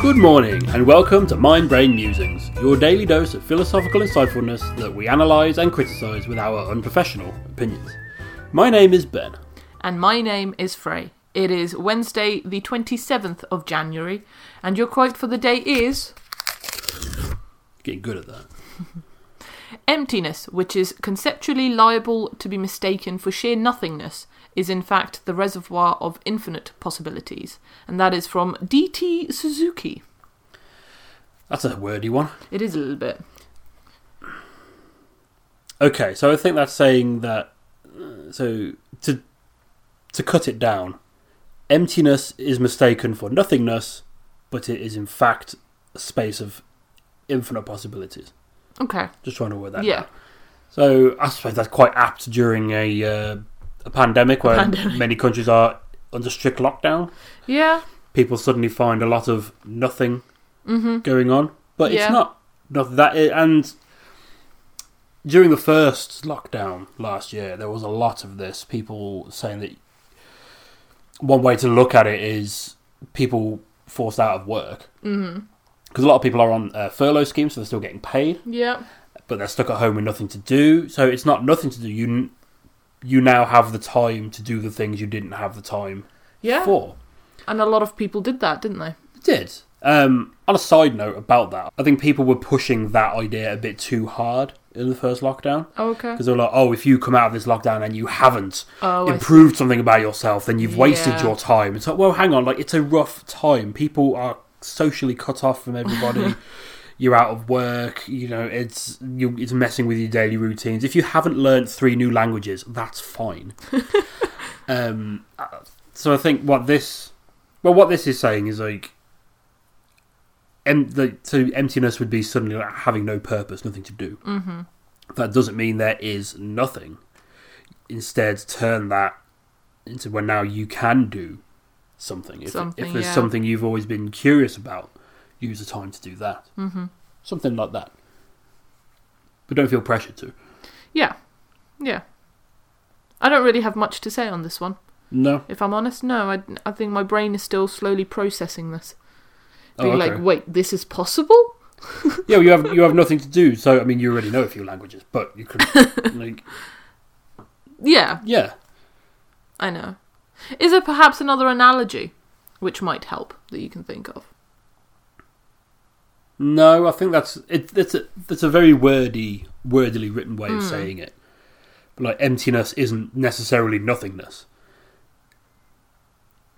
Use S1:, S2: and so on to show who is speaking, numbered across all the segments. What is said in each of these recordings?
S1: Good morning, and welcome to Mind Brain Musings, your daily dose of philosophical insightfulness that we analyse and criticise with our unprofessional opinions. My name is Ben.
S2: and my name is Frey. It is Wednesday, the 27th of January, and your quote for the day is
S1: Getting good at that.
S2: Emptiness, which is conceptually liable to be mistaken for sheer nothingness, is in fact the reservoir of infinite possibilities. And that is from D.T. Suzuki.
S1: That's a wordy one.
S2: It is a little bit.
S1: Okay, so I think that's saying that. uh, So to to cut it down, emptiness is mistaken for nothingness, but it is in fact a space of infinite possibilities.
S2: Okay.
S1: Just trying to word that.
S2: Yeah.
S1: down. So I suppose that's quite apt during a uh, a pandemic where
S2: pandemic.
S1: many countries are under strict lockdown.
S2: Yeah.
S1: People suddenly find a lot of nothing
S2: Mm-hmm.
S1: going on, but
S2: Yeah.
S1: it's not not that. It, and during the first lockdown last year, there was a lot of this. People saying that one way to look at it is people forced out of work
S2: Mm
S1: because a lot of people are on uh, furlough schemes, so they're still getting paid
S2: hmm. Yeah.
S1: but they're stuck at home with nothing to do. So it's not nothing to do. You you now have the time to do the things you didn't have the time
S2: Yeah.
S1: for.
S2: And a lot of people did that, didn't they?
S1: It did. Um, on a side note about that, I think people were pushing that idea a bit too hard in the first lockdown
S2: Okay.
S1: because they were like, "Oh, if you come out of this lockdown and you haven't
S2: Oh, I see.
S1: improved something about yourself, then you've wasted
S2: Yeah.
S1: your time." It's like, well, hang on, like it's a rough time. People are socially cut off from everybody. You're out of work. You know, it's you, it's messing with your daily routines. If you haven't learned three new languages, that's fine. um, uh, so I think what this, well, what this is saying is like. Em- the, so emptiness would be suddenly like having no purpose, nothing to do. Mm-hmm. That doesn't mean there is nothing instead turn that into where now you can do something. If,
S2: Something,
S1: if there's
S2: yeah.
S1: something you've always been curious about, use the time to do that. Mm-hmm. Something like that. But don't feel pressured to.
S2: Yeah. Yeah. I don't really have much to say on this one.
S1: No.
S2: If I'm honest, no, I, I think my brain is still slowly processing this.
S1: Oh,
S2: Being
S1: okay.
S2: like, wait, this is possible?
S1: yeah, well, you have you have nothing to do. So I mean, you already know a few languages, but you could like
S2: Yeah,
S1: yeah.
S2: I know. Is there perhaps another analogy which might help that you can think of?
S1: No, I think that's it. That's a that's a very wordy, wordily written way
S2: Hmm.
S1: of saying it. But like emptiness isn't necessarily nothingness.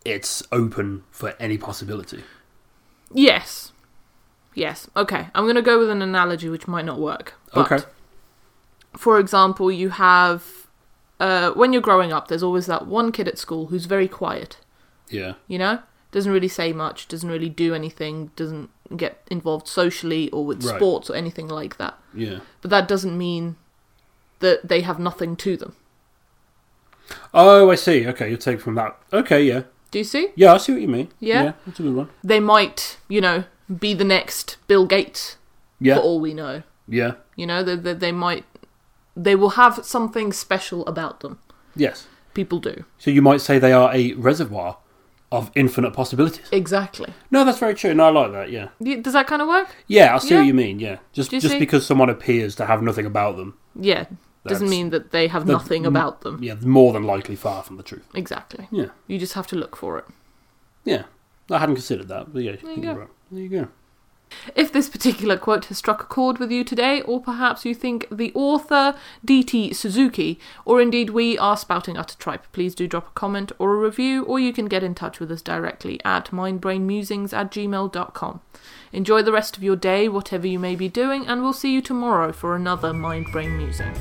S1: It's open for any possibility.
S2: Yes. Yes. Okay, I'm going to go with an analogy which might not work. but-
S1: okay.
S2: for example, you have. Uh, when you're growing up, there's always that one kid at school who's very quiet.
S1: Yeah.
S2: you know doesn't really say much doesn't really do anything doesn't get involved socially or with
S1: Right.
S2: sports or anything like that
S1: Yeah.
S2: but that doesn't mean that they have nothing to them
S1: Oh, I see. Okay, you take from that. Okay, yeah.
S2: do you see
S1: Yeah, I see what you mean.
S2: Yeah.
S1: that's a good one.
S2: they might you know be the next bill gates
S1: Yeah.
S2: for all we know
S1: Yeah.
S2: you know they, they, they might they will have something special about them
S1: Yes.
S2: people do
S1: So you might say they are a reservoir of infinite possibilities.
S2: exactly
S1: No, that's very true. No, I like that. Yeah.
S2: Y- does that kind of work
S1: Yeah, I see what
S2: Yeah.
S1: you mean. Yeah. Just
S2: Do you
S1: just
S2: see?
S1: because someone appears to have nothing about them
S2: yeah doesn't
S1: That's-
S2: mean that they have
S1: that-
S2: nothing about them
S1: yeah, more than likely far from the truth.
S2: exactly
S1: Yeah,
S2: you just have to look for it
S1: yeah. I hadn't considered that, but yeah, I
S2: you
S1: think
S2: go.
S1: you're right. There you go.
S2: If this particular quote has struck a chord with you today, or perhaps you think the author, D.T. Suzuki, or indeed we are spouting utter tripe, please do drop a comment or a review, or you can get in touch with us directly at mindbrainmusings at gmail.com. Enjoy the rest of your day, whatever you may be doing, and we'll see you tomorrow for another Mind Brain Musing.